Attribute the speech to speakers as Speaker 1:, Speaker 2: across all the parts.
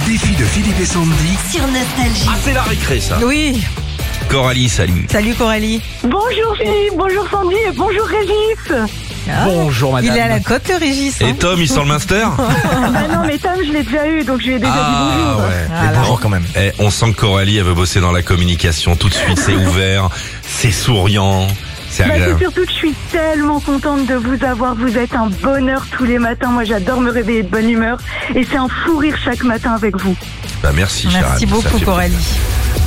Speaker 1: Philippe et Sandy.
Speaker 2: sur Nostalgie.
Speaker 1: Ah, c'est la récré, ça.
Speaker 3: Oui,
Speaker 1: Coralie, salut.
Speaker 3: salut Coralie.
Speaker 4: Bonjour Philippe, bonjour Sandy et bonjour Régis.
Speaker 3: Ah,
Speaker 1: Bonjour,
Speaker 3: Il est à la côte le Régis. hein.
Speaker 1: Et Tom, il sent le Munster
Speaker 4: Ah non mais Tom je l'ai déjà eu donc je lui ai déjà dit bonjour.
Speaker 1: Ah, ouais.
Speaker 3: Voilà.
Speaker 1: Bonjour quand même. Eh, on sent que Coralie, elle veut bosser dans la communication tout de suite. C'est ouvert, c'est souriant, c'est
Speaker 4: Bah, c'est
Speaker 1: agréable.
Speaker 4: surtout que je suis tellement contente de vous avoir. Vous êtes un bonheur tous les matins. Moi, j'adore me réveiller de bonne humeur. Et c'est un fou rire chaque matin avec vous.
Speaker 1: Bah, merci, chère amie,
Speaker 3: Merci
Speaker 1: ça
Speaker 3: beaucoup
Speaker 1: fait
Speaker 3: Coralie.
Speaker 1: plaisir.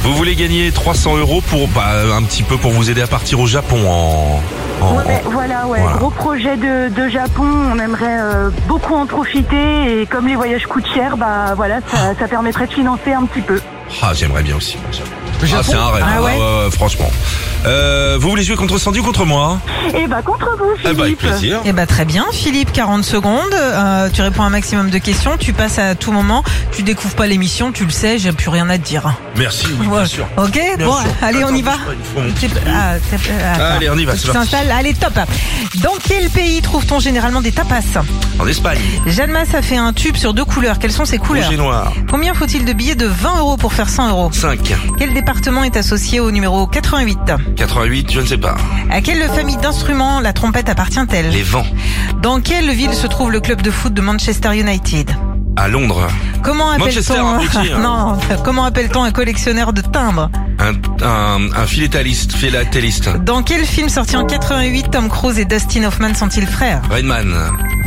Speaker 1: Vous voulez gagner 300 euros pour bah, un petit peu pour vous aider à partir au Japon en. en-
Speaker 4: Ouais,
Speaker 1: en-
Speaker 4: ben, voilà, ouais.
Speaker 1: Oh. Voilà.
Speaker 4: Gros projet de, de Japon. On aimerait euh, beaucoup en profiter. Et comme les voyages coûtent cher, bah voilà, ça, ça permettrait de financer un petit peu.
Speaker 1: Ah, j'aimerais bien aussi. Ah, c'est un rêve.
Speaker 3: Ah
Speaker 1: hein,
Speaker 3: ouais
Speaker 1: franchement. Euh, vous voulez jouer contre Sandy ou contre moi
Speaker 4: Et bah contre vous,
Speaker 1: Eh
Speaker 4: Philippe.
Speaker 1: bah, avec plaisir.
Speaker 3: Eh ben très bien Philippe, 40 secondes, euh, tu réponds à un maximum de questions, tu passes à tout moment, tu découvres pas l'émission, tu le sais, j'ai plus rien à te dire.
Speaker 1: Merci, oui, bien
Speaker 3: Ouais.
Speaker 1: sûr.
Speaker 3: Ok,
Speaker 1: Bien
Speaker 3: bon,
Speaker 1: sûr.
Speaker 3: allez
Speaker 1: Attends,
Speaker 3: on y va.
Speaker 1: bouge pas, il faut mon
Speaker 3: C'est-
Speaker 1: petit-
Speaker 3: ah, c'est- ah,
Speaker 1: Allez, on y va,
Speaker 3: faut que
Speaker 1: c'est
Speaker 3: tu
Speaker 1: parti.
Speaker 3: t'installes. Allez, top. Dans quel pays trouve-t-on généralement des tapas
Speaker 1: En Espagne,
Speaker 3: Jeanne Masse a fait un tube sur deux couleurs. Quelles sont ses couleurs
Speaker 1: rouge et noir,
Speaker 3: Combien faut-il de billets de 20 euros pour faire 100 euros
Speaker 1: 5,
Speaker 3: Quel département est associé au numéro 88
Speaker 1: 88, je ne sais pas.
Speaker 3: À quelle famille d'instruments la trompette appartient-elle
Speaker 1: Les vents,
Speaker 3: Dans quelle ville se trouve le club de foot de Manchester United
Speaker 1: à Londres,
Speaker 3: Comment
Speaker 1: Manchester,
Speaker 3: appelle-t-on
Speaker 1: hein, petit, hein.
Speaker 3: Non, comment appelle-t-on un collectionneur de timbres
Speaker 1: un, un, un philatéliste, philatéliste,
Speaker 3: Dans quel film sorti en 88 Tom Cruise et Dustin Hoffman sont-ils frères
Speaker 1: Rainman,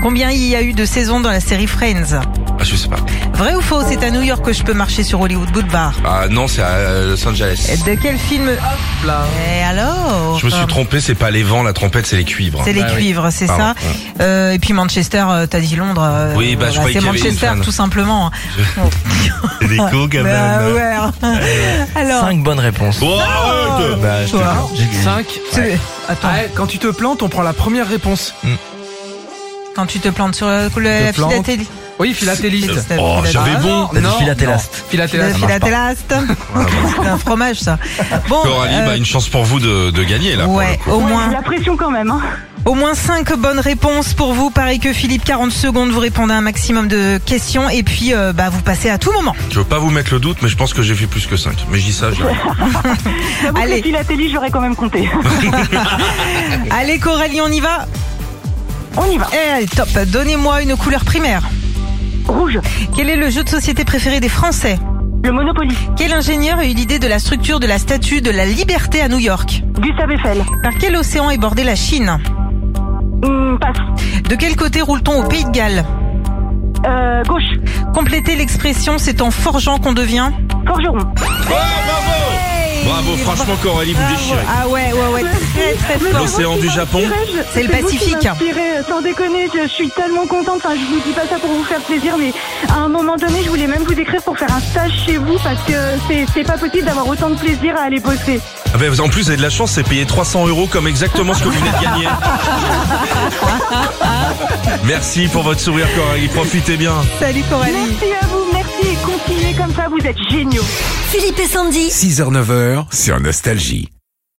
Speaker 3: Combien il y a eu de saisons dans la série Friends
Speaker 1: ah, je sais pas.
Speaker 3: Vrai ou faux, c'est à New York que je peux marcher sur Hollywood Boulevard.
Speaker 1: Ah non, c'est à euh, Los
Speaker 3: Et
Speaker 1: Angeles.
Speaker 3: De quel film Et alors
Speaker 1: Je me suis trompé, c'est pas les vents, la trompette, c'est les cuivres.
Speaker 3: C'est les cuivres, c'est
Speaker 1: Pardon,
Speaker 3: ça. Euh, et puis Manchester, euh, t'as dit Londres. euh,
Speaker 1: Oui, bah, je
Speaker 3: voilà,
Speaker 1: croyais
Speaker 3: c'est
Speaker 1: qu'il y avait une
Speaker 3: Manchester,
Speaker 1: fan.
Speaker 3: tout simplement. hein.
Speaker 1: C'est des cons, quand
Speaker 3: Bah, ouais. Alors,
Speaker 5: 5 bonnes réponses.
Speaker 1: Oh, arrête
Speaker 5: Bah, je te
Speaker 3: Toi.
Speaker 5: jure, j'ai-
Speaker 6: 5.
Speaker 3: tu- attends,
Speaker 6: quand tu te plantes, on prend la première réponse.
Speaker 3: quand tu te plantes sur le, le- la
Speaker 6: plante.
Speaker 3: philatélie.
Speaker 6: Oui, philatéliste.
Speaker 1: Oh, j'avais
Speaker 6: Ah,
Speaker 1: bon.
Speaker 6: non,
Speaker 5: T'as dit
Speaker 6: non,
Speaker 5: philatélaste.
Speaker 6: non,
Speaker 3: La
Speaker 6: Philatéliste.
Speaker 3: philatélaste. C'est un fromage, ça. Bon,
Speaker 1: Coralie,
Speaker 3: euh,
Speaker 1: bah, une chance pour vous de, de gagner, là. pour le
Speaker 3: ouais,
Speaker 1: coup.
Speaker 3: au
Speaker 4: Ouais,
Speaker 3: moins.
Speaker 4: La pression quand même. Hein.
Speaker 3: Au moins 5 bonnes réponses pour vous. Pareil que Philippe, 40 secondes, vous répondez à un maximum de questions et puis euh, bah, vous passez à tout moment.
Speaker 1: Je veux pas vous mettre le doute, mais je pense que j'ai fait plus que 5. Mais je dis ça, je...
Speaker 4: J'avoue que
Speaker 3: Allez.
Speaker 4: les philatélies, j'aurais quand même compté.
Speaker 3: Allez Coralie, on y va
Speaker 4: On y va.
Speaker 3: Eh, allez, top, donnez-moi une couleur primaire.
Speaker 4: Rouge,
Speaker 3: Quel est le jeu de société préféré des Français
Speaker 4: le Monopoly,
Speaker 3: Quel ingénieur a eu l'idée de la structure de la statue de la liberté à New York
Speaker 4: Gustave Eiffel.
Speaker 3: Par quel océan est bordée la Chine
Speaker 4: Hum, passe.
Speaker 3: De quel côté roule-t-on au Pays de Galles
Speaker 4: Euh, gauche,
Speaker 3: Complétez l'expression c'est en forgeant qu'on devient.
Speaker 4: forgeron.
Speaker 1: Bravo, franchement, Coralie, vous
Speaker 3: Bravo.
Speaker 1: déchirez.
Speaker 3: Ah ouais, ouais, ouais, très très
Speaker 4: Mais
Speaker 3: fort.
Speaker 1: L'océan
Speaker 4: c'est
Speaker 1: du
Speaker 4: vous qui
Speaker 1: Japon.
Speaker 4: m'inspirez, je-
Speaker 3: C'est le
Speaker 4: vous qui
Speaker 3: Pacifique.
Speaker 4: m'inspirez, euh, Sans déconner, je, je suis tellement contente. Enfin, je vous dis pas ça pour vous faire plaisir, mais à un moment donné, je voulais même vous écrire pour faire un stage chez vous parce que c'est- c'est pas possible d'avoir autant de plaisir à aller bosser.
Speaker 1: Ah bah, en plus, vous avez de la chance, c'est payer 300 euros comme exactement ce que vous venez de gagner. Merci pour votre sourire, Coralie. Profitez bien.
Speaker 3: Salut Coralie.
Speaker 4: Merci à vous, merci et continuez comme ça, vous êtes géniaux.
Speaker 2: Philippe et Sandy.
Speaker 7: 6h-9h sur Nostalgie.